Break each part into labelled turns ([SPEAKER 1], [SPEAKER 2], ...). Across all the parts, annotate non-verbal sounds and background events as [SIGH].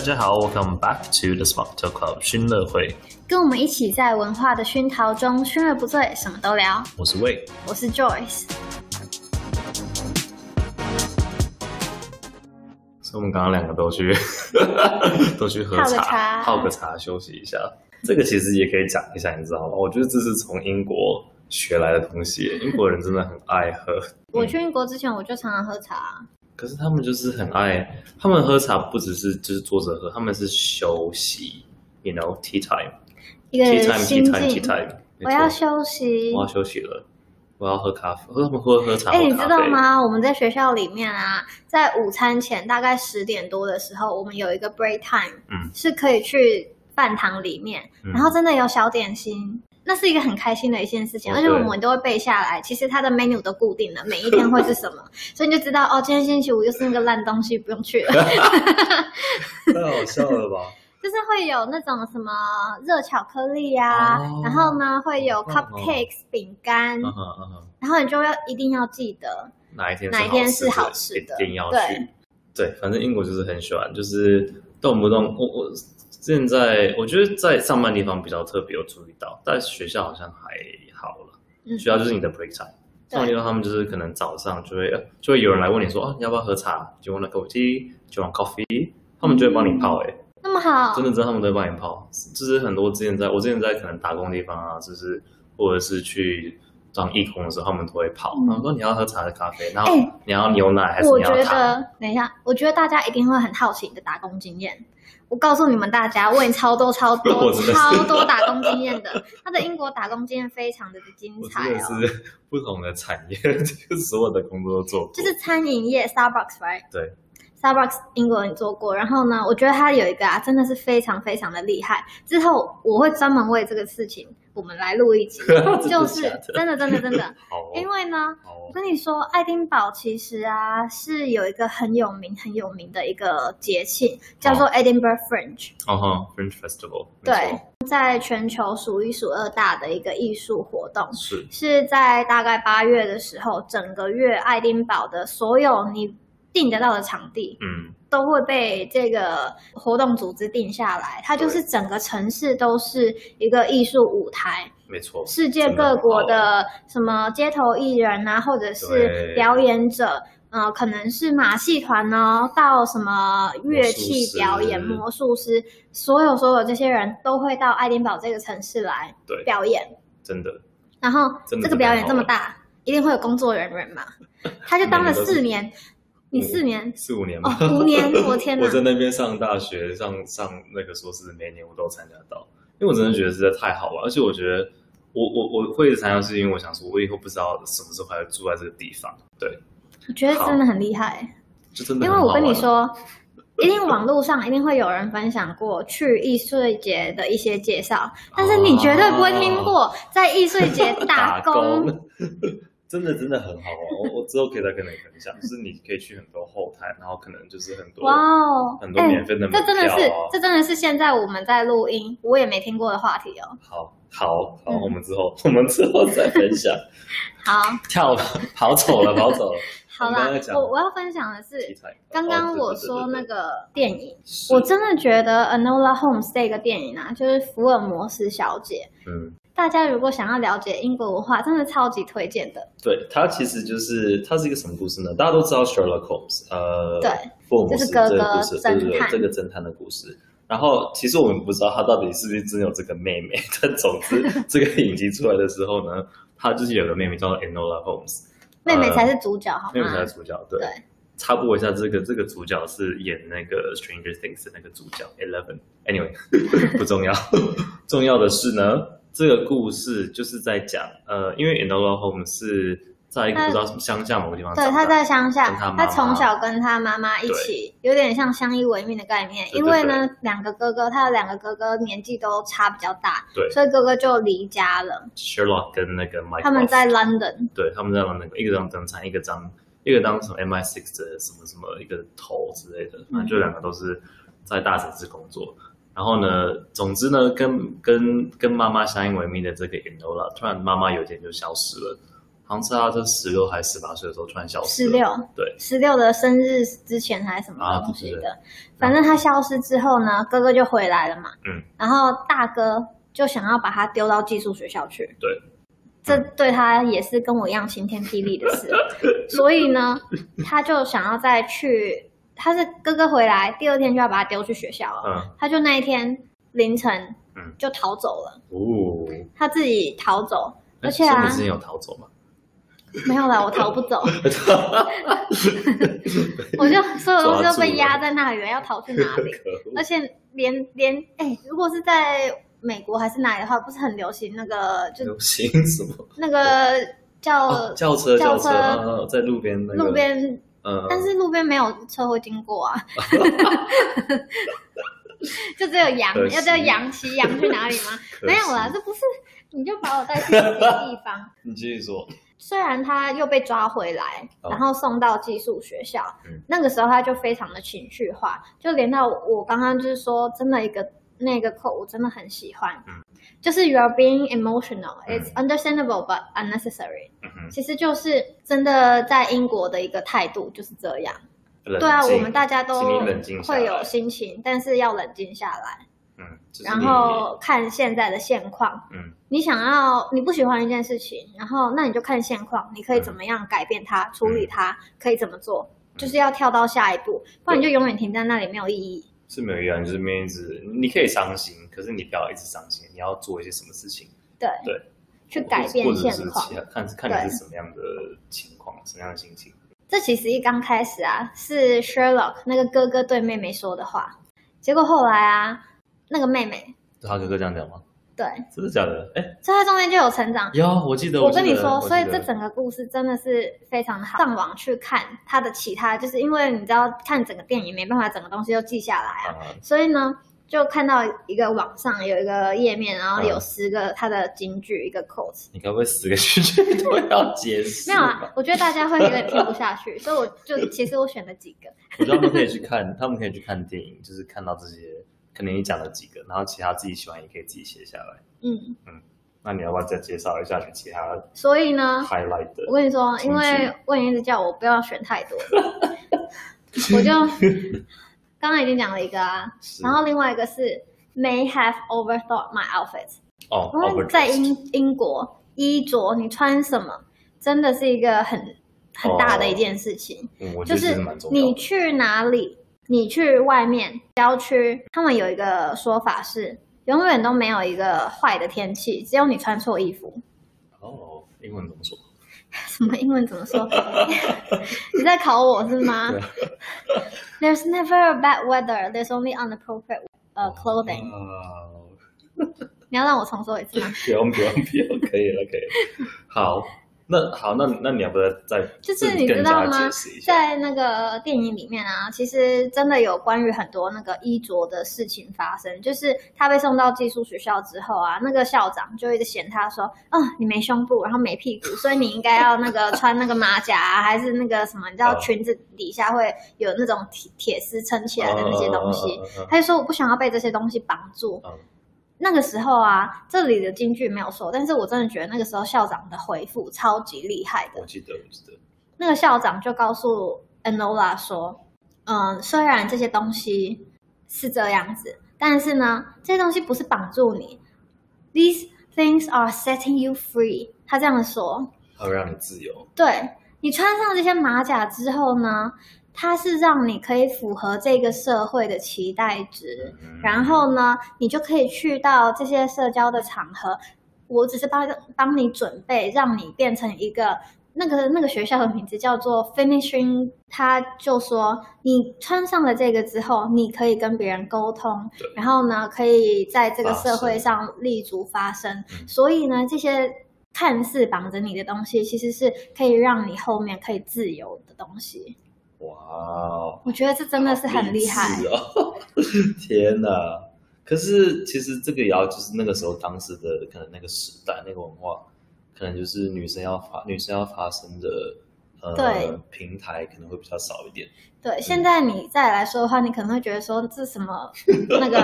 [SPEAKER 1] 家好，Welcome back to the Smart Talk Club 熏乐会，
[SPEAKER 2] 跟我们一起在文化的熏陶中，熏而不醉，什么都聊。
[SPEAKER 1] 我是魏。
[SPEAKER 2] 我是 Joyce。
[SPEAKER 1] 所以我们刚刚两个都去 [LAUGHS] 都去喝
[SPEAKER 2] 泡个
[SPEAKER 1] 茶，
[SPEAKER 2] 茶
[SPEAKER 1] 泡个茶休息一下。这个其实也可以讲一下，你知道吗？我觉得这是从英国学来的东
[SPEAKER 2] [LAUGHS]
[SPEAKER 1] 西，英国人真的很爱喝。
[SPEAKER 2] 我去英国之前，我就常常喝茶。
[SPEAKER 1] 可是他们就是很爱，他们喝茶不只是就是坐着喝，他们是休息，you know tea time，tea
[SPEAKER 2] 一
[SPEAKER 1] 嗯
[SPEAKER 2] 个
[SPEAKER 1] time，tea
[SPEAKER 2] 心
[SPEAKER 1] time，tea
[SPEAKER 2] 境。
[SPEAKER 1] time。没
[SPEAKER 2] 我
[SPEAKER 1] 错
[SPEAKER 2] 要休息
[SPEAKER 1] 我。要休息了，我要喝咖啡，喝喝喝茶。
[SPEAKER 2] 哎、
[SPEAKER 1] 喝
[SPEAKER 2] 你
[SPEAKER 1] 咖
[SPEAKER 2] 知
[SPEAKER 1] 啡
[SPEAKER 2] 道？吗？我们在学校里面啊，在午餐前大概十点多的时候，我们有一个 break time，
[SPEAKER 1] 嗯
[SPEAKER 2] 是可以去饭堂里面，
[SPEAKER 1] 嗯
[SPEAKER 2] 然后真的有小点心。那是一个很开心的一件事情，
[SPEAKER 1] 哦
[SPEAKER 2] 而且我
[SPEAKER 1] 对
[SPEAKER 2] 们都会背下来。其实它的 menu 都固定了，每一天会是什么， [LAUGHS] 所以你就知道哦，今天星期五又是那个烂东西，不用去了。
[SPEAKER 1] 太好笑了吧？
[SPEAKER 2] 就是会有那种什么热巧克力呀、
[SPEAKER 1] 哦
[SPEAKER 2] 然后呢会有
[SPEAKER 1] 好棒哦
[SPEAKER 2] cupcakes 饼干，
[SPEAKER 1] 嗯哼嗯哼，
[SPEAKER 2] 然后你就要一定要记得，
[SPEAKER 1] 哪一天
[SPEAKER 2] 哪一天是
[SPEAKER 1] 好
[SPEAKER 2] 好
[SPEAKER 1] 吃
[SPEAKER 2] 吃
[SPEAKER 1] 的
[SPEAKER 2] 的
[SPEAKER 1] 一定要去。对，反正英国就是很喜欢，就是动不动我我现在我觉得在上班地方比较特别有注意到，在学校好像还好了。
[SPEAKER 2] 嗯，
[SPEAKER 1] 学校就是你的 break time，
[SPEAKER 2] 对
[SPEAKER 1] 上班地方他们就是可能早上就会呃就会有人来问你说啊你要不要喝茶？Do you want a cup of tea? Do you want coffee？他们就会帮你泡哎、欸
[SPEAKER 2] 那么好，
[SPEAKER 1] 真的知道他们都会帮你泡，就是很多之前在我之前在可能打工的地方啊，就是或者是去当义工的时候，他们都会泡。
[SPEAKER 2] 嗯
[SPEAKER 1] 他们说你要喝茶还是咖啡，然后
[SPEAKER 2] 哎
[SPEAKER 1] 你要牛奶还是
[SPEAKER 2] 我
[SPEAKER 1] 你
[SPEAKER 2] 觉
[SPEAKER 1] 要糖？
[SPEAKER 2] 得，等一下，我觉得大家一定会很好奇你的打工经验。我告诉你们大家，我已经超多超
[SPEAKER 1] [LAUGHS] 我
[SPEAKER 2] 多
[SPEAKER 1] 真的是
[SPEAKER 2] 超多打工经验的，他的英国打工经验非常的精
[SPEAKER 1] 我
[SPEAKER 2] 彩
[SPEAKER 1] 真的
[SPEAKER 2] 哦，
[SPEAKER 1] 是 [LAUGHS] 不同的产业， [LAUGHS] 就是所有的工作都做过。
[SPEAKER 2] 就是餐饮业 Starbucks right。
[SPEAKER 1] 对，
[SPEAKER 2] Starbucks 英国人做过，然后呢，我觉得他有一个啊，真的是非常非常的厉害。之后我会专门为这个事情，我们来录一
[SPEAKER 1] [LAUGHS]
[SPEAKER 2] 集
[SPEAKER 1] 真，的
[SPEAKER 2] 就是
[SPEAKER 1] 假的
[SPEAKER 2] 真的真的真的，
[SPEAKER 1] 好 [LAUGHS] 哦，
[SPEAKER 2] 因为呢，
[SPEAKER 1] 好
[SPEAKER 2] 我
[SPEAKER 1] 哦，
[SPEAKER 2] 跟你说，爱丁堡其实啊是有一个很有名很有名的一个节庆，叫做 Edinburgh Fringe，、
[SPEAKER 1] 哦哈，French Festival，没
[SPEAKER 2] 对
[SPEAKER 1] 错，
[SPEAKER 2] 在全球数一数二大的一个艺术活动。
[SPEAKER 1] 是
[SPEAKER 2] 是在大概八月的时候，整个月爱丁堡的所有你订得到的场地，
[SPEAKER 1] 嗯，
[SPEAKER 2] 都会被这个活动组织定下来，它就是整个城市都是一个艺术舞台，
[SPEAKER 1] 没错，
[SPEAKER 2] 世界各国的什么街头艺人啊，或者
[SPEAKER 1] 对
[SPEAKER 2] 是表演者，呃，可能是马戏团哦，到什么乐
[SPEAKER 1] 魔
[SPEAKER 2] 器
[SPEAKER 1] 术师
[SPEAKER 2] 表演、魔术师，所有所有这些人都会到爱丁堡这个城市来
[SPEAKER 1] 对，
[SPEAKER 2] 表演，
[SPEAKER 1] 真的
[SPEAKER 2] 然后
[SPEAKER 1] 真的
[SPEAKER 2] 这个表演这么大，一定会有工作人员
[SPEAKER 1] [LAUGHS]
[SPEAKER 2] 嘛，他就当了
[SPEAKER 1] 每个都是
[SPEAKER 2] 四年，你
[SPEAKER 1] 嗯
[SPEAKER 2] 四年。
[SPEAKER 1] 四五年
[SPEAKER 2] 哦
[SPEAKER 1] 吧，，
[SPEAKER 2] 五年！
[SPEAKER 1] [LAUGHS]
[SPEAKER 2] 我天哪！
[SPEAKER 1] 我在那边上大学，上上那个硕士，每年我都参加到，因为我真的觉得实在太好玩，而且我觉得我我我会一直参加，是因为我想说，我以后不知道什么时候还会住在这个地方，对，
[SPEAKER 2] 我觉得真的很厉害，
[SPEAKER 1] 就真的
[SPEAKER 2] 因
[SPEAKER 1] 很
[SPEAKER 2] 为
[SPEAKER 1] 好
[SPEAKER 2] 我
[SPEAKER 1] 玩
[SPEAKER 2] 跟你，说，一定网络上一定会有人分享过去易碎节的一些介绍，但是你绝对不会
[SPEAKER 1] 啊
[SPEAKER 2] 听过在易碎
[SPEAKER 1] [LAUGHS]
[SPEAKER 2] 节打工。
[SPEAKER 1] 真的真的很好玩，我我之后可以再跟你分享，就是你可以去很多后台，然后可能就是很多
[SPEAKER 2] 哇哦
[SPEAKER 1] 很！多
[SPEAKER 2] 哎、
[SPEAKER 1] 免费的门票、
[SPEAKER 2] 这
[SPEAKER 1] 啊
[SPEAKER 2] 真的是，这真的是现在我们在录音，我也没听过的话题哦。
[SPEAKER 1] 好好好，
[SPEAKER 2] 嗯
[SPEAKER 1] 我们之后 [LAUGHS] 我们之后再分享，
[SPEAKER 2] 好，
[SPEAKER 1] 跳了跑走了跑走了，
[SPEAKER 2] 好
[SPEAKER 1] 我们
[SPEAKER 2] 啦
[SPEAKER 1] 刚刚，讲
[SPEAKER 2] 我我要分享的
[SPEAKER 1] 题
[SPEAKER 2] 是，
[SPEAKER 1] 材
[SPEAKER 2] 刚
[SPEAKER 1] 哦
[SPEAKER 2] 刚我说那。个电影。我
[SPEAKER 1] 真
[SPEAKER 2] 真的觉得《Anola Holmes》这个电影啊，就是福尔摩斯小姐。
[SPEAKER 1] 嗯，
[SPEAKER 2] 大家如果想要了解英国文化，真的超级推荐的。
[SPEAKER 1] 对，它其实就是它是一个什么故事呢？大家都知道 Sherlock Holmes，呃，
[SPEAKER 2] 对，
[SPEAKER 1] 福尔摩
[SPEAKER 2] 就
[SPEAKER 1] 斯
[SPEAKER 2] 是哥哥
[SPEAKER 1] 这个故事，对对
[SPEAKER 2] 侦
[SPEAKER 1] 对，
[SPEAKER 2] 探
[SPEAKER 1] 这个侦探的故事。然后其实我们不知道他到底是不是真的有这个妹妹，但总之
[SPEAKER 2] [LAUGHS]
[SPEAKER 1] 这个影集出来的时候呢，他就是有个妹妹叫做 Enola Holmes，
[SPEAKER 2] 妹妹才是主角，好
[SPEAKER 1] 呃妹妹才
[SPEAKER 2] 吗？
[SPEAKER 1] 是主角。对，
[SPEAKER 2] 对
[SPEAKER 1] 插播一下，这个这个主角是演那个 Stranger Things 的那个主角 Eleven。Anyway，不
[SPEAKER 2] [LAUGHS]
[SPEAKER 1] 重要， [LAUGHS] 重要的是呢，这个故事就是在讲，呃，因为 Enola Holmes 是在一个
[SPEAKER 2] 她
[SPEAKER 1] 不知道什么乡下某个地方长
[SPEAKER 2] 对，
[SPEAKER 1] 大
[SPEAKER 2] 她在乡
[SPEAKER 1] 跟她妈
[SPEAKER 2] 下，
[SPEAKER 1] 妈
[SPEAKER 2] 她从小跟她妈妈一起，有点像相依为命的概念。
[SPEAKER 1] 对对
[SPEAKER 2] 因为呢，两个哥哥，她的两个哥哥年纪都差比较大，
[SPEAKER 1] 对
[SPEAKER 2] 所以哥哥就离家了。
[SPEAKER 1] Sherlock 跟那个 Mike，
[SPEAKER 2] 他们
[SPEAKER 1] Ross，
[SPEAKER 2] 在 London，
[SPEAKER 1] 对他们在玩那个一个当登山，一个当一个当什么 MI6 的什么什么一个头之类的，
[SPEAKER 2] 嗯
[SPEAKER 1] 反正就两个都是在大城市工作。然后呢，总之呢，跟跟跟妈妈相依为命的这个 Enola，突然妈妈有一天就消失了。然好像是他这十六还是十八岁的时候突然消失。
[SPEAKER 2] 十六，
[SPEAKER 1] 对，
[SPEAKER 2] 十六的生日之前还是什么
[SPEAKER 1] 啊
[SPEAKER 2] 东西
[SPEAKER 1] 不知
[SPEAKER 2] 的，反正他消失之后呢，哥哥就回来了嘛。
[SPEAKER 1] 嗯。
[SPEAKER 2] 然后大哥就想要把他丢到寄宿学校去。
[SPEAKER 1] 对。
[SPEAKER 2] 这对他也是跟我一样晴天霹雳的事，
[SPEAKER 1] [LAUGHS]
[SPEAKER 2] 所以呢，他就想要再去。他是哥哥回来，第二天就要把他丢去学校了。
[SPEAKER 1] 嗯，
[SPEAKER 2] 他就那一天凌晨
[SPEAKER 1] 嗯
[SPEAKER 2] 就逃走了，
[SPEAKER 1] 哦，
[SPEAKER 2] 他自己逃走，而且
[SPEAKER 1] 所以
[SPEAKER 2] 啊
[SPEAKER 1] 你之前有逃走吗？
[SPEAKER 2] 没有啦，我逃不
[SPEAKER 1] [LAUGHS]
[SPEAKER 2] 走， [LAUGHS] 我就所有东西都被压在那里了，要逃去哪里？
[SPEAKER 1] 可恶
[SPEAKER 2] 而且连连哎、如果是在美国还是哪里的话，不是很流行那个就
[SPEAKER 1] 流行什么？
[SPEAKER 2] 那个叫、
[SPEAKER 1] 哦，轿车，
[SPEAKER 2] 轿
[SPEAKER 1] 轿
[SPEAKER 2] 车
[SPEAKER 1] 啊在路边那个
[SPEAKER 2] 路，边，
[SPEAKER 1] 嗯，
[SPEAKER 2] 但是路边没有车会经过啊， [LAUGHS] 就只有羊，
[SPEAKER 1] 可惜
[SPEAKER 2] 要叫羊骑羊去哪里吗？
[SPEAKER 1] 可
[SPEAKER 2] 没有啦，
[SPEAKER 1] 惜，
[SPEAKER 2] 这不是，你就把我带去别的地方。
[SPEAKER 1] 你继续说，
[SPEAKER 2] 虽然他又被抓回来，
[SPEAKER 1] 哦
[SPEAKER 2] 然后送到寄宿学校，
[SPEAKER 1] 嗯
[SPEAKER 2] 那个时候他就非常的情绪化，就连到我我刚刚就是说，真的一个那个扣我真的很喜欢，
[SPEAKER 1] 嗯
[SPEAKER 2] 就是 you are being emotional,
[SPEAKER 1] 嗯
[SPEAKER 2] it's understandable but unnecessary，、
[SPEAKER 1] 嗯哼，
[SPEAKER 2] 其实就是真的在英国的一个态度就是这样。
[SPEAKER 1] 冷
[SPEAKER 2] 对啊，
[SPEAKER 1] 静
[SPEAKER 2] 我们大家都
[SPEAKER 1] 请你冷静下来
[SPEAKER 2] 会有心情，但是要冷静下来，
[SPEAKER 1] 嗯，就是
[SPEAKER 2] 然
[SPEAKER 1] 你
[SPEAKER 2] 后看现在的现况，
[SPEAKER 1] 嗯
[SPEAKER 2] 你想要你不喜欢一件事情，然后那你就看现况，你可以怎么样改变它、处理它，可以怎么做，
[SPEAKER 1] 嗯
[SPEAKER 2] 就是要跳到下一步，不然你就永远停在那里没有意义。
[SPEAKER 1] 是没有意义啊，你就是没有一直，你可以伤心，可是你不要一直伤心，你要做一些什么事情。
[SPEAKER 2] 对，
[SPEAKER 1] 对
[SPEAKER 2] 去改
[SPEAKER 1] 或
[SPEAKER 2] 变
[SPEAKER 1] 者是
[SPEAKER 2] 现况
[SPEAKER 1] 其。他，看看你是什么样的情况，什么样的心情。
[SPEAKER 2] 这其实一刚开始啊，是 Sherlock 那个哥哥对妹妹说的话，结果后来啊，那个妹妹
[SPEAKER 1] 是他哥哥这样讲吗？
[SPEAKER 2] 对，
[SPEAKER 1] 真的假的？哎，
[SPEAKER 2] 所以她中间就有成长。
[SPEAKER 1] 有，我记得，
[SPEAKER 2] 我
[SPEAKER 1] 记得
[SPEAKER 2] 跟你说，
[SPEAKER 1] 我记
[SPEAKER 2] 所以
[SPEAKER 1] 得
[SPEAKER 2] 这整个故事真的是非常好。上网去看他的其他，就是因为你知道看整个电影没办法整个东西都记下来啊，
[SPEAKER 1] 啊，
[SPEAKER 2] 所以呢，就看到一个网上有一个页面，然后有
[SPEAKER 1] 嗯
[SPEAKER 2] 十个它的金句，一个 quote。
[SPEAKER 1] 你该不会十个句句都要解释？
[SPEAKER 2] [LAUGHS] 没有啊，，我觉得大家会有点听不下去，所以我
[SPEAKER 1] [LAUGHS]
[SPEAKER 2] 就其实我选了几个。
[SPEAKER 1] 我觉得他们可以去看，他们可以去看电影，就是看到这些，可能你讲了几个，然后其他自己喜欢也可以自己写下来。
[SPEAKER 2] 嗯，
[SPEAKER 1] 那你要不要再介绍一下你其他
[SPEAKER 2] 所以呢，
[SPEAKER 1] highlight
[SPEAKER 2] 我
[SPEAKER 1] 的？
[SPEAKER 2] 跟你说，因
[SPEAKER 1] 金
[SPEAKER 2] 为
[SPEAKER 1] 句
[SPEAKER 2] 问一直叫我不要选太多，
[SPEAKER 1] [LAUGHS]
[SPEAKER 2] 我就刚刚已经讲了一个啊，
[SPEAKER 1] 是
[SPEAKER 2] 然后另外一个是 may have overthought my outfit，
[SPEAKER 1] 哦
[SPEAKER 2] 因为在
[SPEAKER 1] overdressed
[SPEAKER 2] 英英国衣着你穿什么真的是一个很很大的一件事情。
[SPEAKER 1] 嗯我觉得
[SPEAKER 2] 就
[SPEAKER 1] 其
[SPEAKER 2] 是
[SPEAKER 1] 实蛮重要
[SPEAKER 2] 你
[SPEAKER 1] 的。
[SPEAKER 2] 去哪里，你去外面郊区，他们有一个呃说法是，永远都没有一个坏的天气，只有你穿错衣服。 [LAUGHS]
[SPEAKER 1] 哦，英文怎么说？
[SPEAKER 2] 什么英文怎
[SPEAKER 1] [LAUGHS]
[SPEAKER 2] 么说？你在考我是吗
[SPEAKER 1] 对
[SPEAKER 2] ？There's never a bad weather. There's only inappropriate 呃 clothing。
[SPEAKER 1] 哦
[SPEAKER 2] 你要让我重说一次吗？
[SPEAKER 1] 不用不用不用，可以了可以了。好，那好，那那你要不要再
[SPEAKER 2] 就是你知
[SPEAKER 1] 更加
[SPEAKER 2] 道吗
[SPEAKER 1] 解释一？下？
[SPEAKER 2] 在那个电影里面啊，其实真的有关于很多那个衣着的事情发生。就是他被送到寄宿学校之后啊，那个校长就一直嫌他说：“啊、你没胸部，然后没屁股，所以你应该要那个穿那个马甲、啊，还是那个什么，你知道
[SPEAKER 1] 嗯
[SPEAKER 2] 裙子底下会有那种铁铁丝撑起来的那些东
[SPEAKER 1] 嗯。
[SPEAKER 2] 西。
[SPEAKER 1] 嗯嗯嗯嗯
[SPEAKER 2] 他就说：“我不想要被这些东西绑住。
[SPEAKER 1] 嗯
[SPEAKER 2] 那个时候啊，这里的京剧没有说，但是我真的觉得那个时候校长的回复超级厉害的
[SPEAKER 1] 我。记得我记得，
[SPEAKER 2] 那个校长就告诉 Enola 说：“嗯，虽然这些东西是这样子，但是呢，这些东西不是绑住你。These things are setting you free。”他这样说，
[SPEAKER 1] 它会让你自由。
[SPEAKER 2] 对你穿上这些马甲之后呢，它是让你可以符合这个社会的期待值。
[SPEAKER 1] 嗯
[SPEAKER 2] 然后呢，你就可以去到这些社交的场合。我只是帮帮你准备，让你变成一个那个那个学校的名字叫做 Finishing。他就说，你穿上了这个之后，你可以跟别人沟通
[SPEAKER 1] 对，
[SPEAKER 2] 然后呢，可以在这个
[SPEAKER 1] 发
[SPEAKER 2] 社会
[SPEAKER 1] 声
[SPEAKER 2] 上立足发声。
[SPEAKER 1] 嗯
[SPEAKER 2] 所以呢，这些看似绑着你的东西，其实是可以让你后面可以自由的东西。
[SPEAKER 1] 哇哦，
[SPEAKER 2] 我觉得这真的是很厉害。
[SPEAKER 1] 励志哦！天哪！可是其实这个也要就是那个时候当时的可能那个时代那个文化，可能就是女生要发女生要发声的
[SPEAKER 2] 对
[SPEAKER 1] 呃平台可能会比较少一点，
[SPEAKER 2] 对，
[SPEAKER 1] 嗯
[SPEAKER 2] 现在你再来说的话，你可能会觉得说这
[SPEAKER 1] [LAUGHS]
[SPEAKER 2] 什么那个，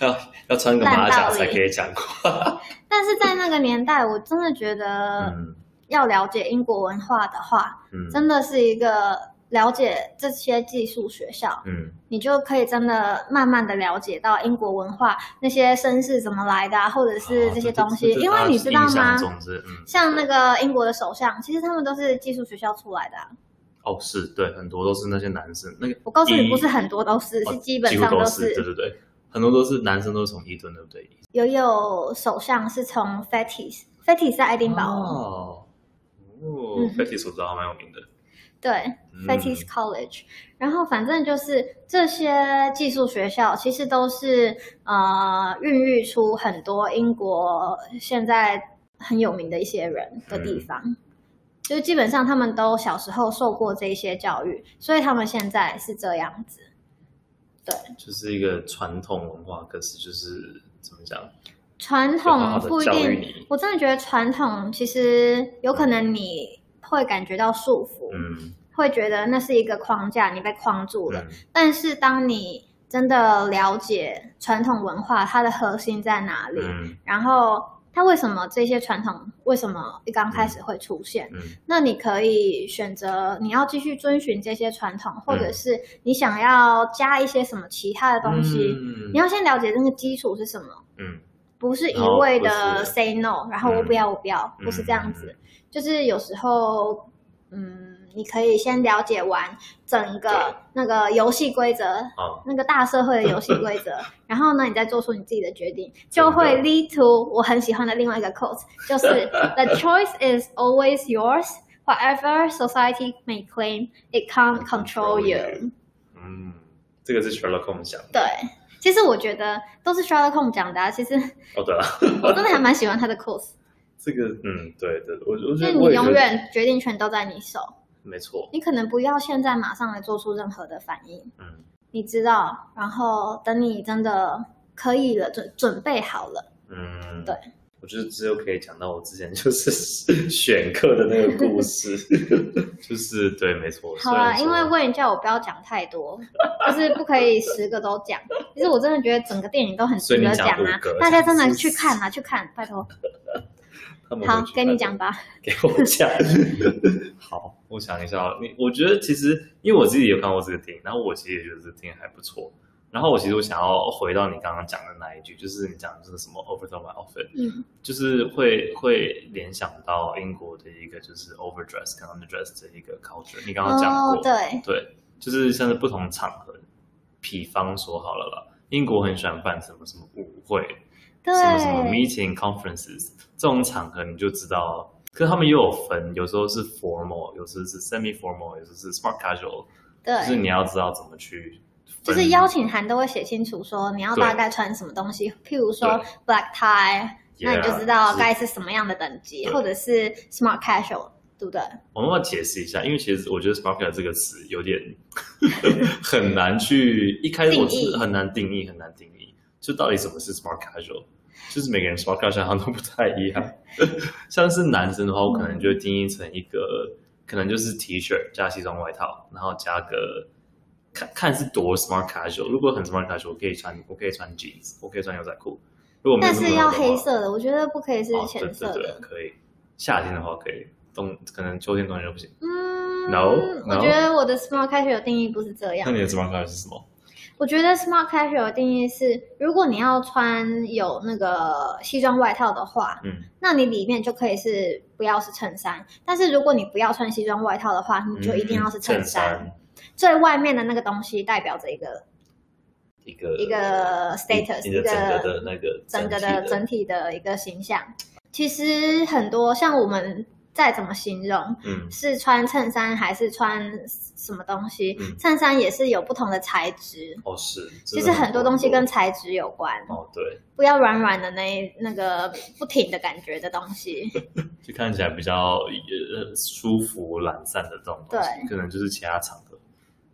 [SPEAKER 1] 要要穿个马
[SPEAKER 2] 烂道
[SPEAKER 1] 甲
[SPEAKER 2] 理
[SPEAKER 1] 才可以讲话。
[SPEAKER 2] 但是在那个年代，我真的觉得
[SPEAKER 1] 嗯，
[SPEAKER 2] 要了解英国文化的话，
[SPEAKER 1] 嗯
[SPEAKER 2] 呃真的是一个了解这些寄宿学校，
[SPEAKER 1] 嗯
[SPEAKER 2] 你就可以真的慢慢的了解到英国文化那些绅士怎么来的、啊，或者是
[SPEAKER 1] 哦
[SPEAKER 2] 这些
[SPEAKER 1] 这
[SPEAKER 2] 东西。
[SPEAKER 1] 这
[SPEAKER 2] 因
[SPEAKER 1] 大
[SPEAKER 2] 为
[SPEAKER 1] 家
[SPEAKER 2] 你知道
[SPEAKER 1] 印象
[SPEAKER 2] 吗？
[SPEAKER 1] 中是嗯
[SPEAKER 2] 像那个英国的首相，其实他们都是寄宿学校出来的啊、
[SPEAKER 1] 哦是对，很多都是那些男生那个
[SPEAKER 2] 我告诉你，
[SPEAKER 1] 一
[SPEAKER 2] 不是很多都是，
[SPEAKER 1] 嗯哦
[SPEAKER 2] 是基本
[SPEAKER 1] 几乎
[SPEAKER 2] 上
[SPEAKER 1] 都
[SPEAKER 2] 是。
[SPEAKER 1] 对对对，很多都是男生都是从伊顿对不对？
[SPEAKER 2] 也有首相是从 Fetis，Fetis 在爱丁堡，
[SPEAKER 1] 哦哦
[SPEAKER 2] 嗯
[SPEAKER 1] f e t t y 所知道还蛮有名的，
[SPEAKER 2] 对、
[SPEAKER 1] 嗯
[SPEAKER 2] f e t i s College。然后反正就是这些技术学校，其实都是呃孕育出很多英国现在很有名的一些人的地方。
[SPEAKER 1] 嗯
[SPEAKER 2] 就是基本上他们都小时候受过这一些教育，所以他们现在是这样子。
[SPEAKER 1] 就是一个传统文化，可是就是怎么讲？
[SPEAKER 2] 传
[SPEAKER 1] 有好好
[SPEAKER 2] 统
[SPEAKER 1] 地
[SPEAKER 2] 不一
[SPEAKER 1] 教育
[SPEAKER 2] 定
[SPEAKER 1] 你，
[SPEAKER 2] 我真的觉得传统其实有可能你会感觉到束缚，
[SPEAKER 1] 嗯
[SPEAKER 2] 会觉得那是一个框架，你被框住了。
[SPEAKER 1] 嗯
[SPEAKER 2] 但是当你真的了解传统文化它的核心在哪里，
[SPEAKER 1] 嗯
[SPEAKER 2] 然后它为什么这些传统为什么一刚开始会出现，
[SPEAKER 1] 嗯
[SPEAKER 2] 那你可以选择你要继续遵循这些传统，或者
[SPEAKER 1] 嗯
[SPEAKER 2] 是你想要加一些什么其他的东西，
[SPEAKER 1] 嗯
[SPEAKER 2] 你要先了解那个基础是什么。
[SPEAKER 1] 嗯
[SPEAKER 2] 不是一
[SPEAKER 1] 哦
[SPEAKER 2] 味
[SPEAKER 1] 不是嗯
[SPEAKER 2] 的 say no，然后我不要，我不要，不是这样子。就是有时候，嗯，你可以先了解完整
[SPEAKER 1] 对
[SPEAKER 2] 个那个游戏规则，
[SPEAKER 1] 啊
[SPEAKER 2] 那个大社会的游戏
[SPEAKER 1] [LAUGHS]
[SPEAKER 2] 规则，然后呢，你再做出你自己的决定，就
[SPEAKER 1] 真的
[SPEAKER 2] 会 lead to 我很喜欢的另外一个 quote，就是
[SPEAKER 1] [LAUGHS]
[SPEAKER 2] The choice is always yours. Whatever society may claim, it can't control you.
[SPEAKER 1] 嗯，这个是 Sherlock Holmes 讲的
[SPEAKER 2] 对，其实我觉得都是 Sherlock Holmes 讲的、啊。其实
[SPEAKER 1] 哦，对了，
[SPEAKER 2] 我真的还蛮喜欢他的 quote，
[SPEAKER 1] 这个嗯，对对，我我
[SPEAKER 2] 就
[SPEAKER 1] 觉
[SPEAKER 2] 是
[SPEAKER 1] 得
[SPEAKER 2] 你
[SPEAKER 1] 我也觉得
[SPEAKER 2] 永远决定权都在你手。
[SPEAKER 1] 没错，
[SPEAKER 2] 你可能不要现在马上来做出任何的反应，
[SPEAKER 1] 嗯
[SPEAKER 2] 你知道，然后等你真的可以了，准准备好了，
[SPEAKER 1] 嗯，
[SPEAKER 2] 对。
[SPEAKER 1] 我就是只有可以讲到我之前就是 [LAUGHS] 选课的那个故事， [LAUGHS] 就是对，没错。
[SPEAKER 2] 好
[SPEAKER 1] 虽然
[SPEAKER 2] 啦，因
[SPEAKER 1] 说
[SPEAKER 2] 为魏你叫我不要讲太多，就是不可以十个都讲。其实我真的觉得整个电影都很值得
[SPEAKER 1] 所以你
[SPEAKER 2] 啊
[SPEAKER 1] 讲五个，
[SPEAKER 2] 大家真的去看啊，去看，拜托。
[SPEAKER 1] 他们
[SPEAKER 2] 好
[SPEAKER 1] 会去，
[SPEAKER 2] 给你
[SPEAKER 1] 看
[SPEAKER 2] 讲吧。
[SPEAKER 1] 给我讲。 [LAUGHS] 好，我想一下啊，你我觉得其实因为我自己有看过这个电影，然后我其实也觉得这个电影还不错。然后我其实我想要回到你刚刚讲的那一句，就是你讲的是什么 overdress my outfit，
[SPEAKER 2] 嗯，
[SPEAKER 1] 就是会会联想到英国的一个就是 overdress 跟 underdress 的一个 culture。你刚刚讲过，
[SPEAKER 2] 哦，对，
[SPEAKER 1] 对，就是像是不同场合，比方说好了啦，英国很喜欢办什么什么舞会，
[SPEAKER 2] 对，
[SPEAKER 1] 什么什么 meeting conferences 这种场合，你就知道。可是他们又有分，有时候是 formal，有时候是 semi formal，有时候是 smart casual，就是
[SPEAKER 2] 对，
[SPEAKER 1] 你要知道怎么去
[SPEAKER 2] 就
[SPEAKER 1] 分。
[SPEAKER 2] 是邀请函都会写清楚说你要
[SPEAKER 1] 对
[SPEAKER 2] 大概穿什么东西，譬如说
[SPEAKER 1] 对
[SPEAKER 2] black tie，那你就
[SPEAKER 1] Yeah，
[SPEAKER 2] 知道
[SPEAKER 1] 是
[SPEAKER 2] 该是什么样的等级，
[SPEAKER 1] 对
[SPEAKER 2] 或者是 smart casual，对不对？
[SPEAKER 1] 我们要解释一下，因为其实我觉得 “smart casual” 这个词有点
[SPEAKER 2] [LAUGHS]
[SPEAKER 1] 很难去一开始我
[SPEAKER 2] 定义
[SPEAKER 1] 是很难定义，很难定义，就到底什么是 “smart casual”，就是每个人 “smart casual” 好像都不太一样。 [LAUGHS] 像是男生的话，我可能就会定义成一个，可能就是 T 恤加西装外套，然后加个看看是多 “smart casual”。如果很 “smart casual”，我可以穿我可以穿 jeans，我可以穿牛仔裤。如果没有
[SPEAKER 2] 但
[SPEAKER 1] 这么
[SPEAKER 2] 是要
[SPEAKER 1] 的话
[SPEAKER 2] 黑色的，我觉得不可以是
[SPEAKER 1] 哦，对
[SPEAKER 2] 浅色的。
[SPEAKER 1] 对对，可以。夏天的话可以，冬可能秋天冬天就不行。
[SPEAKER 2] 嗯
[SPEAKER 1] No，
[SPEAKER 2] 我
[SPEAKER 1] no
[SPEAKER 2] 觉得我的 smart casual 定义不是这样
[SPEAKER 1] 那。你的 smart casual 是什么？
[SPEAKER 2] 我觉得 smart casual 的定义是，如果你要穿有那个西装外套的话，
[SPEAKER 1] 嗯，
[SPEAKER 2] 那你里面就可以是不要是衬衫。但是如果你不要穿西装外套的话，你就一定要是衬
[SPEAKER 1] 嗯衬
[SPEAKER 2] 衫。最外面的那个东西代表着一个
[SPEAKER 1] 一个
[SPEAKER 2] 一个 status，
[SPEAKER 1] 你
[SPEAKER 2] 一
[SPEAKER 1] 的
[SPEAKER 2] 个
[SPEAKER 1] 整呃个的那个
[SPEAKER 2] 整个
[SPEAKER 1] 体
[SPEAKER 2] 的整体的一个形象。其实很多像我们再怎么形容，
[SPEAKER 1] 嗯
[SPEAKER 2] 是穿衬衫还是穿什么东西，
[SPEAKER 1] 嗯
[SPEAKER 2] 衬衫也是有不同的材质。
[SPEAKER 1] 哦是，
[SPEAKER 2] 其
[SPEAKER 1] 真
[SPEAKER 2] 实
[SPEAKER 1] 的
[SPEAKER 2] 很多东西跟
[SPEAKER 1] 多
[SPEAKER 2] 材质有关，
[SPEAKER 1] 哦对，
[SPEAKER 2] 不要软软的那那个不挺的感觉的东
[SPEAKER 1] [LAUGHS]
[SPEAKER 2] 西。
[SPEAKER 1] 就看起来比较呃舒服懒散的这种东西，
[SPEAKER 2] 对
[SPEAKER 1] 可能就是其他场合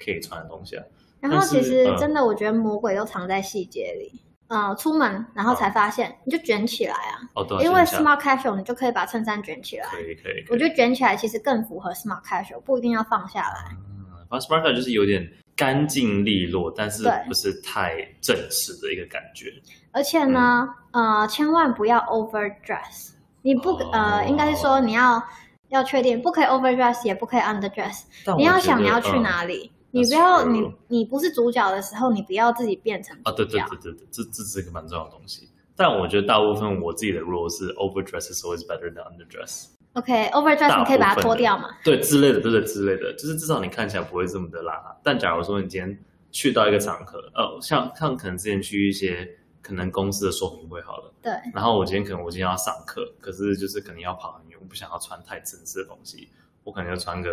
[SPEAKER 1] 可以穿的东西啊。
[SPEAKER 2] 然后
[SPEAKER 1] 但是
[SPEAKER 2] 其实
[SPEAKER 1] 嗯
[SPEAKER 2] 真的，我觉得魔鬼都藏在细节里。呃，出门然后才发现，你就卷起来啊，
[SPEAKER 1] 哦对啊，
[SPEAKER 2] 因为
[SPEAKER 1] 就是这样
[SPEAKER 2] smart casual 你就可以把衬衫卷起来。
[SPEAKER 1] 可以可以，可
[SPEAKER 2] 我
[SPEAKER 1] 以
[SPEAKER 2] 觉得卷起来其实更符合 smart casual，不一定要放下来。
[SPEAKER 1] 嗯，反正 smart casual 就是有点干净利落，但是
[SPEAKER 2] 对
[SPEAKER 1] 不是太正式的一个感觉。
[SPEAKER 2] 而且呢，呃，千万不要 overdress。你不、
[SPEAKER 1] 嗯哦
[SPEAKER 2] 呃，应该是说你要要确定，不可以 overdress，也不可以 underdress。
[SPEAKER 1] 但
[SPEAKER 2] 你
[SPEAKER 1] 我
[SPEAKER 2] 要
[SPEAKER 1] 觉
[SPEAKER 2] 想你
[SPEAKER 1] 得
[SPEAKER 2] 要去
[SPEAKER 1] 嗯
[SPEAKER 2] 哪里，你
[SPEAKER 1] that's
[SPEAKER 2] 不要你
[SPEAKER 1] true
[SPEAKER 2] 你不是主角的时候，你不要自己变成
[SPEAKER 1] 啊，
[SPEAKER 2] 主
[SPEAKER 1] 对对
[SPEAKER 2] 角。
[SPEAKER 1] 对对对，这这是一个蛮重要的东西。但我觉得大部分我自己的 rule 是 overdress is always better than underdress，
[SPEAKER 2] OK，overdress
[SPEAKER 1] 大
[SPEAKER 2] 你可以把它
[SPEAKER 1] 部分
[SPEAKER 2] 脱
[SPEAKER 1] 的
[SPEAKER 2] 掉嘛？
[SPEAKER 1] 对之类的，对对之类的，就是至少你看起来不会这么的邋遢。但假如说你今天去到一个场合，呃，像像可能之前去一些可能公司的说明会好了，
[SPEAKER 2] 对，
[SPEAKER 1] 然后我今天可能我今天要上课，可是就是可能要跑很远，我不想要穿太正式的东西，我可能就穿个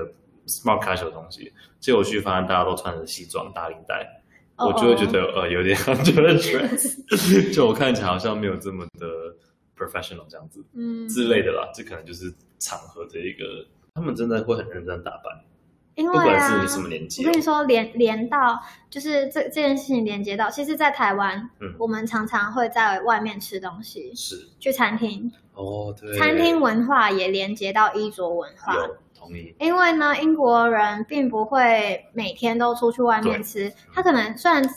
[SPEAKER 1] smart casual 的东西。结果去发现大家都穿着西装打领带，我就会觉
[SPEAKER 2] 哦
[SPEAKER 1] 得呃有点 underdress，就我看起来好像没有这么的 professional 这样子
[SPEAKER 2] 嗯，
[SPEAKER 1] 之类的啦。这可能就是场合的一个，他们真的会很认真打扮，
[SPEAKER 2] 因
[SPEAKER 1] 不
[SPEAKER 2] 为
[SPEAKER 1] 管
[SPEAKER 2] 啊，
[SPEAKER 1] 是你什么年纪
[SPEAKER 2] 我
[SPEAKER 1] 哦
[SPEAKER 2] 跟你。说，连连到就是这这件事情连接到，其实，在台湾，
[SPEAKER 1] 嗯
[SPEAKER 2] 我们常常会在外面吃东西，
[SPEAKER 1] 是
[SPEAKER 2] 去餐厅，
[SPEAKER 1] 哦，对，
[SPEAKER 2] 餐厅文化也连接到衣着文化。
[SPEAKER 1] 有同意，
[SPEAKER 2] 因为呢，英国人并不会每天都出去外面
[SPEAKER 1] 对
[SPEAKER 2] 吃，他可能虽然吃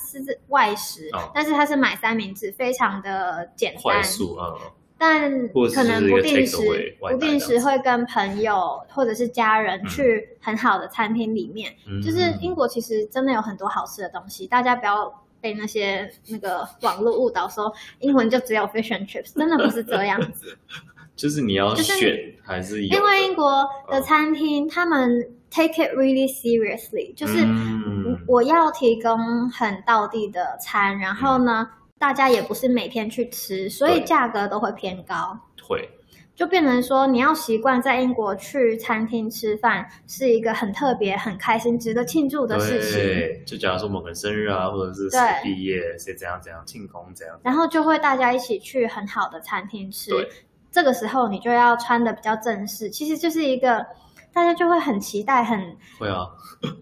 [SPEAKER 2] 外食，
[SPEAKER 1] 嗯
[SPEAKER 2] 但是他是买三明治，非常的简
[SPEAKER 1] 快
[SPEAKER 2] 单，
[SPEAKER 1] 速啊，
[SPEAKER 2] 但
[SPEAKER 1] 或者
[SPEAKER 2] 可能
[SPEAKER 1] 是一
[SPEAKER 2] 不
[SPEAKER 1] 个
[SPEAKER 2] 定
[SPEAKER 1] takeaway，
[SPEAKER 2] 时
[SPEAKER 1] 外带
[SPEAKER 2] 不定
[SPEAKER 1] 这
[SPEAKER 2] 时
[SPEAKER 1] 样子
[SPEAKER 2] 会跟朋友或者是家人去很好的餐厅里面。
[SPEAKER 1] 嗯
[SPEAKER 2] 就是英国其实真的有很多好吃的东西，大家不要。被那些那个网络误导说英文就只有 fish and chips，真的不是这样
[SPEAKER 1] [LAUGHS]
[SPEAKER 2] 子。
[SPEAKER 1] 就是你要
[SPEAKER 2] 就是你
[SPEAKER 1] 选还是有的，
[SPEAKER 2] 因为英国的
[SPEAKER 1] 嗯
[SPEAKER 2] 餐厅，他们 take it really seriously，就是
[SPEAKER 1] 嗯
[SPEAKER 2] 我要提供很道地的餐，然后呢，大家也不是每天去吃，所以
[SPEAKER 1] 嗯对
[SPEAKER 2] 价格都会偏高，
[SPEAKER 1] 会
[SPEAKER 2] 就变成说你要习惯在英国去餐厅吃饭是一个很特别、很开心、值得庆祝的事情。
[SPEAKER 1] 对，就假如说某个人生日啊，或者是谁
[SPEAKER 2] 对
[SPEAKER 1] 毕业，谁怎样怎样庆功怎样，
[SPEAKER 2] 然后就会大家一起去很好的餐厅吃
[SPEAKER 1] 对，
[SPEAKER 2] 这个时候你就要穿的比较正式，其实就是一个大家就会很期待、很
[SPEAKER 1] 会啊，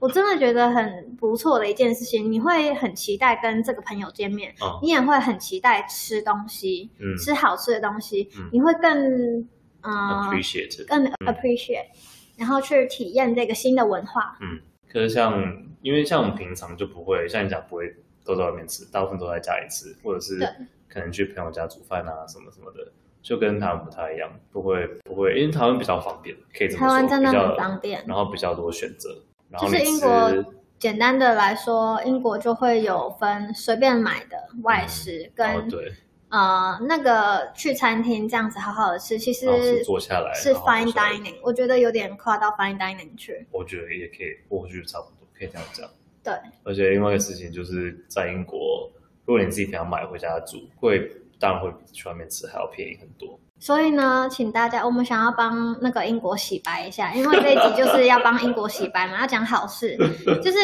[SPEAKER 2] 我真的觉得很不错的一件事情，你会很期待跟这个朋友见面，
[SPEAKER 1] 嗯
[SPEAKER 2] 你也会很期待吃东西，
[SPEAKER 1] 嗯
[SPEAKER 2] 吃好吃的东西，
[SPEAKER 1] 嗯
[SPEAKER 2] 你会更嗯、
[SPEAKER 1] ，appreciate it。
[SPEAKER 2] 更 appreciate，、然后去体验这个新的文化。
[SPEAKER 1] 嗯，可是像因为像我们平常就不会，像你讲不会都在外面吃，大部分都在家里吃，或者是
[SPEAKER 2] 对
[SPEAKER 1] 可能去朋友家煮饭啊什么什么的，就跟台湾不太一样，不会不会，因为台湾比较方便，可以这么
[SPEAKER 2] 台
[SPEAKER 1] 说，
[SPEAKER 2] 湾真的
[SPEAKER 1] 比较
[SPEAKER 2] 很方便，
[SPEAKER 1] 然后比较多选择，然
[SPEAKER 2] 就
[SPEAKER 1] 后
[SPEAKER 2] 是
[SPEAKER 1] 你
[SPEAKER 2] 英
[SPEAKER 1] 吃
[SPEAKER 2] 国简单的来说，英国就会有分随便买的外食跟、
[SPEAKER 1] 哦对，
[SPEAKER 2] 呃那个去餐厅这样子好好的吃，其实
[SPEAKER 1] 然后是坐下来
[SPEAKER 2] 是
[SPEAKER 1] 然后
[SPEAKER 2] fine
[SPEAKER 1] 坐下来
[SPEAKER 2] dining，我觉得有点跨到 fine dining 去，
[SPEAKER 1] 我觉得也可以，我觉得差不多可以这样讲。
[SPEAKER 2] 对。
[SPEAKER 1] 而且另外一个事情就是在英国，如果你自己平常买回家煮，会当然会比去外面吃还要便宜很多。
[SPEAKER 2] 所以呢，请大家，我们想要帮那个英国洗白一下，因为这一集就是要帮英国洗白嘛，要 [LAUGHS] 讲
[SPEAKER 1] [LAUGHS]
[SPEAKER 2] 好事，就是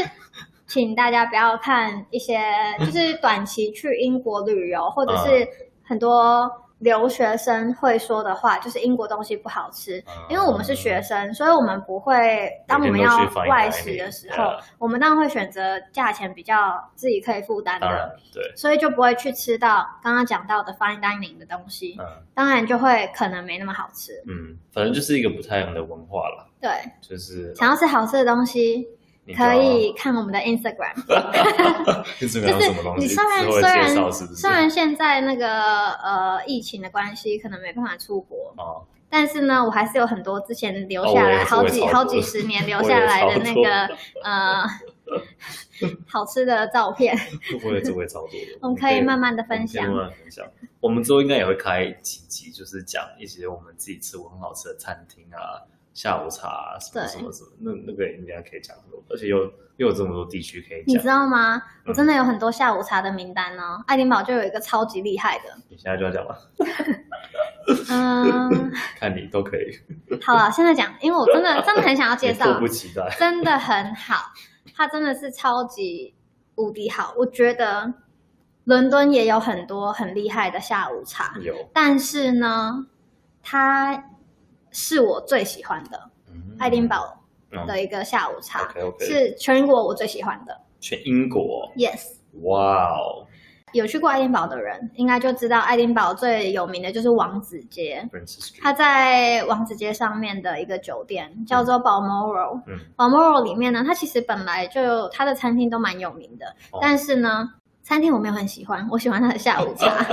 [SPEAKER 2] 请大家不要看一些就是短期去英国旅游，或者是
[SPEAKER 1] 啊
[SPEAKER 2] 很多留学生会说的话，就是英国东西不好吃。因为我
[SPEAKER 1] 嗯
[SPEAKER 2] 们是学生，所以我们不会当我们要外食的时候，
[SPEAKER 1] 啊
[SPEAKER 2] 我们当然会选择价钱比较自己可以负担
[SPEAKER 1] 当
[SPEAKER 2] 的，
[SPEAKER 1] 然对，
[SPEAKER 2] 所以就不会去吃到刚刚讲到的 fine dining 的东西。
[SPEAKER 1] 嗯
[SPEAKER 2] 当然就会可能没那么好吃。
[SPEAKER 1] 嗯，反正就是一个不太一样的文化啦，
[SPEAKER 2] 对，
[SPEAKER 1] 就是
[SPEAKER 2] 想要吃好吃的东西，
[SPEAKER 1] 你
[SPEAKER 2] 可
[SPEAKER 1] [LAUGHS]
[SPEAKER 2] 以看我们的 Instagram。
[SPEAKER 1] 就是
[SPEAKER 2] 就
[SPEAKER 1] 什么
[SPEAKER 2] 是
[SPEAKER 1] 东
[SPEAKER 2] 你
[SPEAKER 1] 西，
[SPEAKER 2] 虽然
[SPEAKER 1] 之后
[SPEAKER 2] 虽
[SPEAKER 1] 会介绍
[SPEAKER 2] 然
[SPEAKER 1] 是不是
[SPEAKER 2] 虽？然现在那个呃疫情的关系，可能没办法出国，
[SPEAKER 1] 哦，
[SPEAKER 2] 但是呢，我还是有很多之前留
[SPEAKER 1] 哦
[SPEAKER 2] 下
[SPEAKER 1] 我也
[SPEAKER 2] 来、
[SPEAKER 1] 是
[SPEAKER 2] 好
[SPEAKER 1] 我也
[SPEAKER 2] 几
[SPEAKER 1] 超多
[SPEAKER 2] 好几十
[SPEAKER 1] [LAUGHS]
[SPEAKER 2] 年留下来的那
[SPEAKER 1] 我也
[SPEAKER 2] 个呃 [LAUGHS] 好吃的照
[SPEAKER 1] [LAUGHS]
[SPEAKER 2] 片，
[SPEAKER 1] 我也是会超多的，
[SPEAKER 2] [LAUGHS] 我
[SPEAKER 1] 你
[SPEAKER 2] 们可以慢慢的
[SPEAKER 1] 我
[SPEAKER 2] 分
[SPEAKER 1] 们可以
[SPEAKER 2] 享。
[SPEAKER 1] 慢慢分享。我们之后应该也会开几集，就是讲一些我们自己吃过很好吃的餐厅啊、下午茶啊，什么
[SPEAKER 2] 对
[SPEAKER 1] 什么什么，那那个应该可以讲很多，而且又又有这么多地区可以
[SPEAKER 2] 你
[SPEAKER 1] 讲
[SPEAKER 2] 知。道吗？我
[SPEAKER 1] 嗯
[SPEAKER 2] 真的有很多下午茶的名单哦，爱丁堡就有一个超级厉害的，
[SPEAKER 1] 你现在就要讲吗？
[SPEAKER 2] 嗯，
[SPEAKER 1] [LAUGHS] 看你都可以，
[SPEAKER 2] 好了，现在讲，因为我真的真的很想要介
[SPEAKER 1] 你迫
[SPEAKER 2] 绍
[SPEAKER 1] 不，及待。
[SPEAKER 2] 真的很好， [LAUGHS] 它真的是超级无敌好。我觉得伦敦也有很多很厉害的下午茶，
[SPEAKER 1] 有，
[SPEAKER 2] 但是呢，它是我最喜欢的
[SPEAKER 1] 嗯
[SPEAKER 2] 爱丁堡
[SPEAKER 1] 嗯
[SPEAKER 2] 的一个下午茶，
[SPEAKER 1] OK，OK
[SPEAKER 2] 是全国我最喜欢的。
[SPEAKER 1] 全英国，哦
[SPEAKER 2] Yes，
[SPEAKER 1] 哇哦，
[SPEAKER 2] 有去过爱丁堡的人应该就知道，爱丁堡最有名的就是王子街。
[SPEAKER 1] f r a n c i s
[SPEAKER 2] 它在王子街上面的一个酒店叫做 Balmoral，
[SPEAKER 1] 嗯
[SPEAKER 2] ，Balmoral 里面呢，它其实本来就它的餐厅都蛮有名的，
[SPEAKER 1] 哦
[SPEAKER 2] 但是呢，餐厅我没有很喜欢，我喜欢它的下午
[SPEAKER 1] [LAUGHS]
[SPEAKER 2] 茶。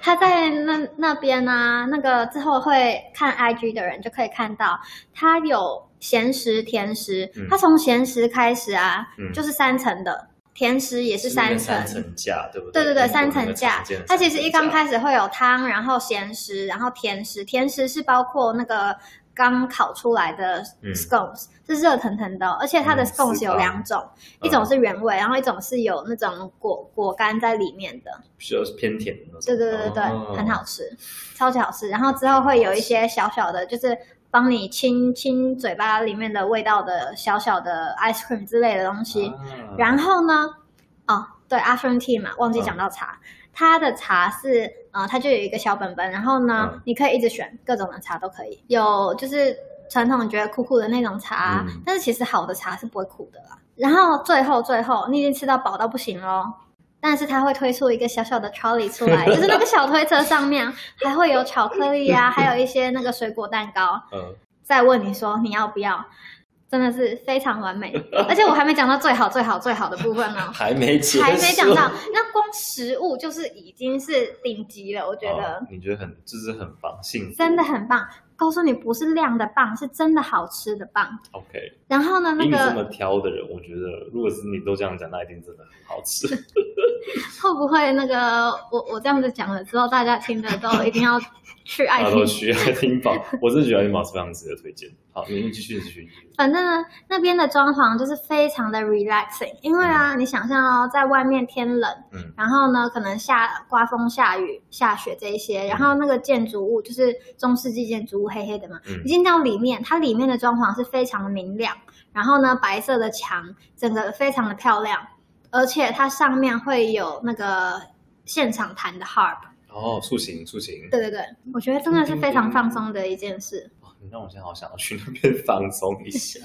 [SPEAKER 2] 它在那那边呢、那个之后会看 IG 的人就可以看到，它有咸食、甜食
[SPEAKER 1] 嗯。
[SPEAKER 2] 它从咸食开始啊，
[SPEAKER 1] 嗯
[SPEAKER 2] 就是三层的，甜食也是
[SPEAKER 1] 那
[SPEAKER 2] 三
[SPEAKER 1] 个
[SPEAKER 2] 层。
[SPEAKER 1] 三层架，对不
[SPEAKER 2] 对
[SPEAKER 1] 对
[SPEAKER 2] 对对，三层
[SPEAKER 1] 架
[SPEAKER 2] 架。它其实一刚
[SPEAKER 1] 始
[SPEAKER 2] 开始会有汤，然后咸食，然后甜食。甜食是包括那个刚烤出来的
[SPEAKER 1] 嗯
[SPEAKER 2] scones，、是热腾腾的哦、而且它的
[SPEAKER 1] 嗯
[SPEAKER 2] scones
[SPEAKER 1] 是
[SPEAKER 2] 有
[SPEAKER 1] 吧
[SPEAKER 2] 两种，
[SPEAKER 1] 嗯
[SPEAKER 2] 一种是原味，然后一种是有那种果果干在里面的。
[SPEAKER 1] 就是偏甜的那种，
[SPEAKER 2] 对对对对对，
[SPEAKER 1] 哦
[SPEAKER 2] 很好吃，超级好吃。然后之后会有一些小小的，就是帮你清清嘴巴里面的味道的小小的 ice cream 之类的东西。
[SPEAKER 1] 啊
[SPEAKER 2] 然后呢，哦，对，afternoon tea 嘛，
[SPEAKER 1] 嗯
[SPEAKER 2] 忘记讲到茶。它的茶是，呃，它就有一个小本本，然后呢，
[SPEAKER 1] 嗯
[SPEAKER 2] 你可以一直选各种的茶都可以，有就是传统觉得苦苦的那种茶，
[SPEAKER 1] 嗯
[SPEAKER 2] 但是其实好的茶是不会苦的啦。然后最后最后，你已经吃到饱到不行喽。但是它会推出一个小小的 trolley 出
[SPEAKER 1] [LAUGHS]
[SPEAKER 2] 来，就是那个小推车上面还会有巧克力啊，还有一些那个水果蛋糕。
[SPEAKER 1] 嗯，，
[SPEAKER 2] 再问你说你要不要，真的是非常完美。而且我还没讲到最好、最好、最好的部分呢
[SPEAKER 1] 还没结束，
[SPEAKER 2] 还没讲
[SPEAKER 1] [LAUGHS]
[SPEAKER 2] 到。那光食物就是已经是顶级了，我觉得、
[SPEAKER 1] 哦你觉得很就是很棒，幸福
[SPEAKER 2] 真的很棒。告诉你，不是量的棒，是真的好吃的棒。
[SPEAKER 1] OK。
[SPEAKER 2] 然后呢，那
[SPEAKER 1] 以你这么
[SPEAKER 2] 个
[SPEAKER 1] 挑的人，我觉得如果是你都这样讲，那一定真的很好吃。
[SPEAKER 2] 会不会那个我我这样子讲了之后，大家听了之后一定要去爱
[SPEAKER 1] [LAUGHS] 大
[SPEAKER 2] 听
[SPEAKER 1] 都需要听宝，我是觉得爱丁堡是非常值得推荐。好，你们继续继续。
[SPEAKER 2] 反正呢，那边的装潢就是非常的 relaxing，因为啊，你想象哦，在外面天冷，
[SPEAKER 1] 嗯
[SPEAKER 2] 然后呢，可能下刮风、下雨、下雪这一
[SPEAKER 1] 嗯
[SPEAKER 2] 些，然后那个建筑物就是中世纪建筑物，黑黑的嘛，
[SPEAKER 1] 嗯
[SPEAKER 2] 你进到里面，它里面的装潢是非常的明亮，然后呢，白色的墙，整个非常的漂亮，而且它上面会有那个现场弹的 harp，
[SPEAKER 1] 哦，塑形塑形，
[SPEAKER 2] 对对对，我觉得真的是非常放松的一件事。
[SPEAKER 1] 哇你让我现在好想要去那边放松一下。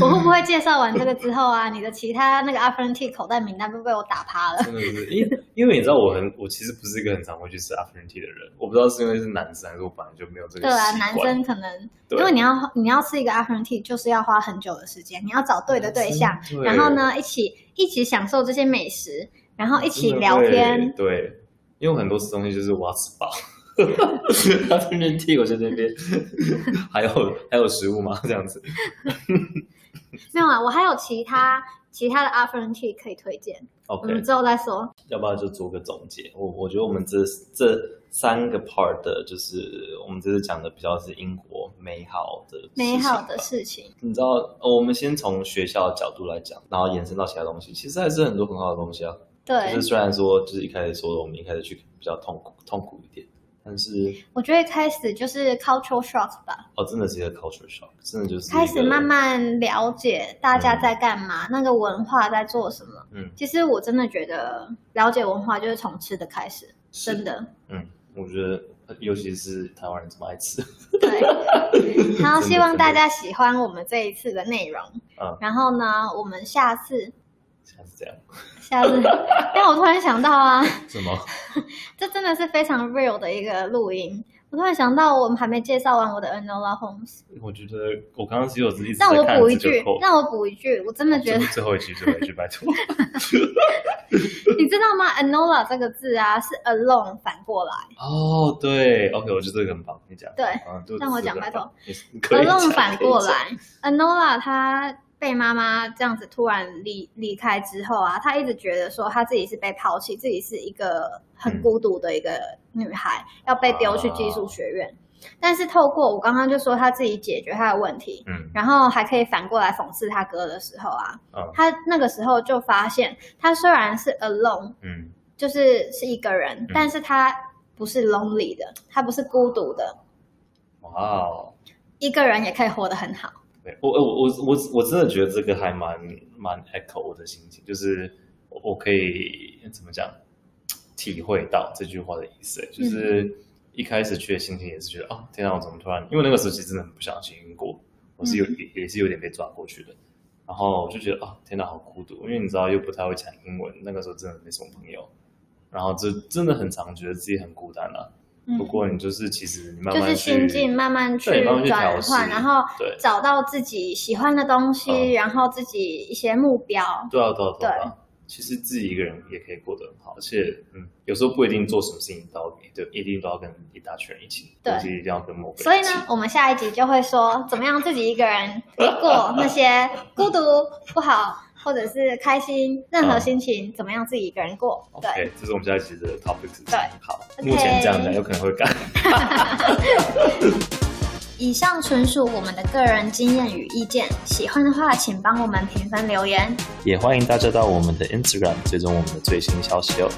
[SPEAKER 2] 我会不会介绍完这个之后啊，你的其他那个 afternoon tea 口袋名单都被我打趴了？
[SPEAKER 1] 真的是，因为因为你知道我很，我其实不是一个很常会去吃 afternoon tea 的人，我不知道是因为是男生，还是我本来就没有这个
[SPEAKER 2] 对啊，
[SPEAKER 1] 习惯
[SPEAKER 2] 男生可能
[SPEAKER 1] 对
[SPEAKER 2] 因为你要你要吃一个 afternoon tea，就是要花很久的时间，你要找对的对象，，
[SPEAKER 1] 男生对
[SPEAKER 2] 然后呢一起一起享受这些美食，然后一起
[SPEAKER 1] 真的
[SPEAKER 2] 聊
[SPEAKER 1] 会
[SPEAKER 2] 天。
[SPEAKER 1] 对，因为我很多东西就是我要吃饱。afternoon tea 我在那边， [LAUGHS] 还有还有食物吗？这样子，
[SPEAKER 2] 没有啊，我还有其他其他的 afternoon tea 可以推荐，我
[SPEAKER 1] OK，
[SPEAKER 2] 们之后再说。
[SPEAKER 1] 要不要就做个总结？我我觉得我们这这三个 part 的，就是我们这次讲的比较是英国美好的事情
[SPEAKER 2] 美好
[SPEAKER 1] 吧
[SPEAKER 2] 的事情，
[SPEAKER 1] 你知道，呃我们先从学校的角度来讲，然后延伸到其他东西，其实还是很多很好的东西啊。就
[SPEAKER 2] 对
[SPEAKER 1] 是，虽然说，就是一开始说我们一开始去比较痛苦痛苦一点，但是
[SPEAKER 2] 我觉得一开始就是 cultural shock 吧，
[SPEAKER 1] 哦，真的是一个 culture shock，真的就是一个
[SPEAKER 2] 开始慢慢了解大家在干嘛，那个文化在做什么。
[SPEAKER 1] 嗯，
[SPEAKER 2] 其实我真的觉得了解文化就是从吃的开始，
[SPEAKER 1] 是
[SPEAKER 2] 真的。
[SPEAKER 1] 嗯，我觉得呃尤其是台湾人这么爱吃， [LAUGHS]
[SPEAKER 2] 对， [LAUGHS] 然后
[SPEAKER 1] 真的
[SPEAKER 2] 希望大家喜欢我们这一次的内容。
[SPEAKER 1] 嗯
[SPEAKER 2] 然后呢，我们下次
[SPEAKER 1] 像是这样，
[SPEAKER 2] 下次， [LAUGHS] 但我突然想到啊，
[SPEAKER 1] 什么？
[SPEAKER 2] 这真的是非常 real 的一个录音。我突然想到，我们还没介绍完我的 Enola Holmes。
[SPEAKER 1] 我觉得我刚刚其实我是一直在
[SPEAKER 2] 让我
[SPEAKER 1] 看
[SPEAKER 2] 补一
[SPEAKER 1] 这个
[SPEAKER 2] 句
[SPEAKER 1] code，
[SPEAKER 2] 让我补一句，我真的觉得
[SPEAKER 1] 最最后一句，最后一句，拜 [LAUGHS] 托。
[SPEAKER 2] [LAUGHS] 你知道吗？Enola 这个字啊，是 alone 反过来。
[SPEAKER 1] 哦，对，OK，我觉得这个很棒，你讲。
[SPEAKER 2] 对
[SPEAKER 1] 嗯，就
[SPEAKER 2] 让我讲
[SPEAKER 1] 这个很棒
[SPEAKER 2] 拜
[SPEAKER 1] 你你可以
[SPEAKER 2] 而
[SPEAKER 1] 讲
[SPEAKER 2] 弄反过，
[SPEAKER 1] 可以讲
[SPEAKER 2] 来，Anola 她被妈妈这样子突然离离开之后啊，她一直觉得说她自己是被抛弃，自己是一个很孤独的一个女孩，要被丢去技术学院。但是透过我刚刚就说她自己解决她的问题，
[SPEAKER 1] 嗯
[SPEAKER 2] 然后还可以反过来讽刺她哥的时候啊，
[SPEAKER 1] 嗯
[SPEAKER 2] 她那个时候就发现，她虽然是 alone，
[SPEAKER 1] 嗯
[SPEAKER 2] 就是是一个人，但是她不是 lonely 的，她不是孤独的，
[SPEAKER 1] 哇哦，
[SPEAKER 2] 一个人也可以活得很好。
[SPEAKER 1] 对我我我我我真的觉得这个还蛮蛮 echo 我的心情，就是我我可以怎么讲，体会到这句话的意思，就是一开始去的心情也是觉得，哦，天啊，我怎么突然？因为那个时候其实真的很不想去英国，我是有也也是有点被抓过去的。然后我就觉得啊，天哪，好孤独，因为你知道又不太会讲英文，那个时候真的没什么朋友，然后就真的很常觉得自己很孤单啊。
[SPEAKER 2] 嗯
[SPEAKER 1] 不过你就是其实你慢
[SPEAKER 2] 就
[SPEAKER 1] 慢
[SPEAKER 2] 是心
[SPEAKER 1] 去，
[SPEAKER 2] 境慢慢去
[SPEAKER 1] 对慢慢去
[SPEAKER 2] 转
[SPEAKER 1] 调
[SPEAKER 2] 换，
[SPEAKER 1] 试
[SPEAKER 2] 然后
[SPEAKER 1] 对
[SPEAKER 2] 找到自己喜欢的东西，
[SPEAKER 1] 嗯
[SPEAKER 2] 然后自己一些目标。
[SPEAKER 1] 对啊对啊对啊
[SPEAKER 2] 对
[SPEAKER 1] 啊，其实自己一个人也可以过得很好，而且嗯，有时候不一定做什么事情都要都一定都要跟一大群人一起，
[SPEAKER 2] 对
[SPEAKER 1] 或是一定要跟某个人一起。
[SPEAKER 2] 所以呢，我们下一集就会说怎么样自己一个人
[SPEAKER 1] [LAUGHS]
[SPEAKER 2] 过那些孤独、不好，或者是开心，任何心情，怎么样自己一个人过？对，
[SPEAKER 1] OK，这是我们下一期的 topic 是什
[SPEAKER 2] 对
[SPEAKER 1] 么好
[SPEAKER 2] OK
[SPEAKER 1] 目前这样讲有可能 [LAUGHS] 会改。
[SPEAKER 2] 以上纯属我们的个人经验与意见，喜欢的话请帮我们评分留言。
[SPEAKER 1] 也欢迎大家到我们的 Instagram 追踪我们的最新消息哦。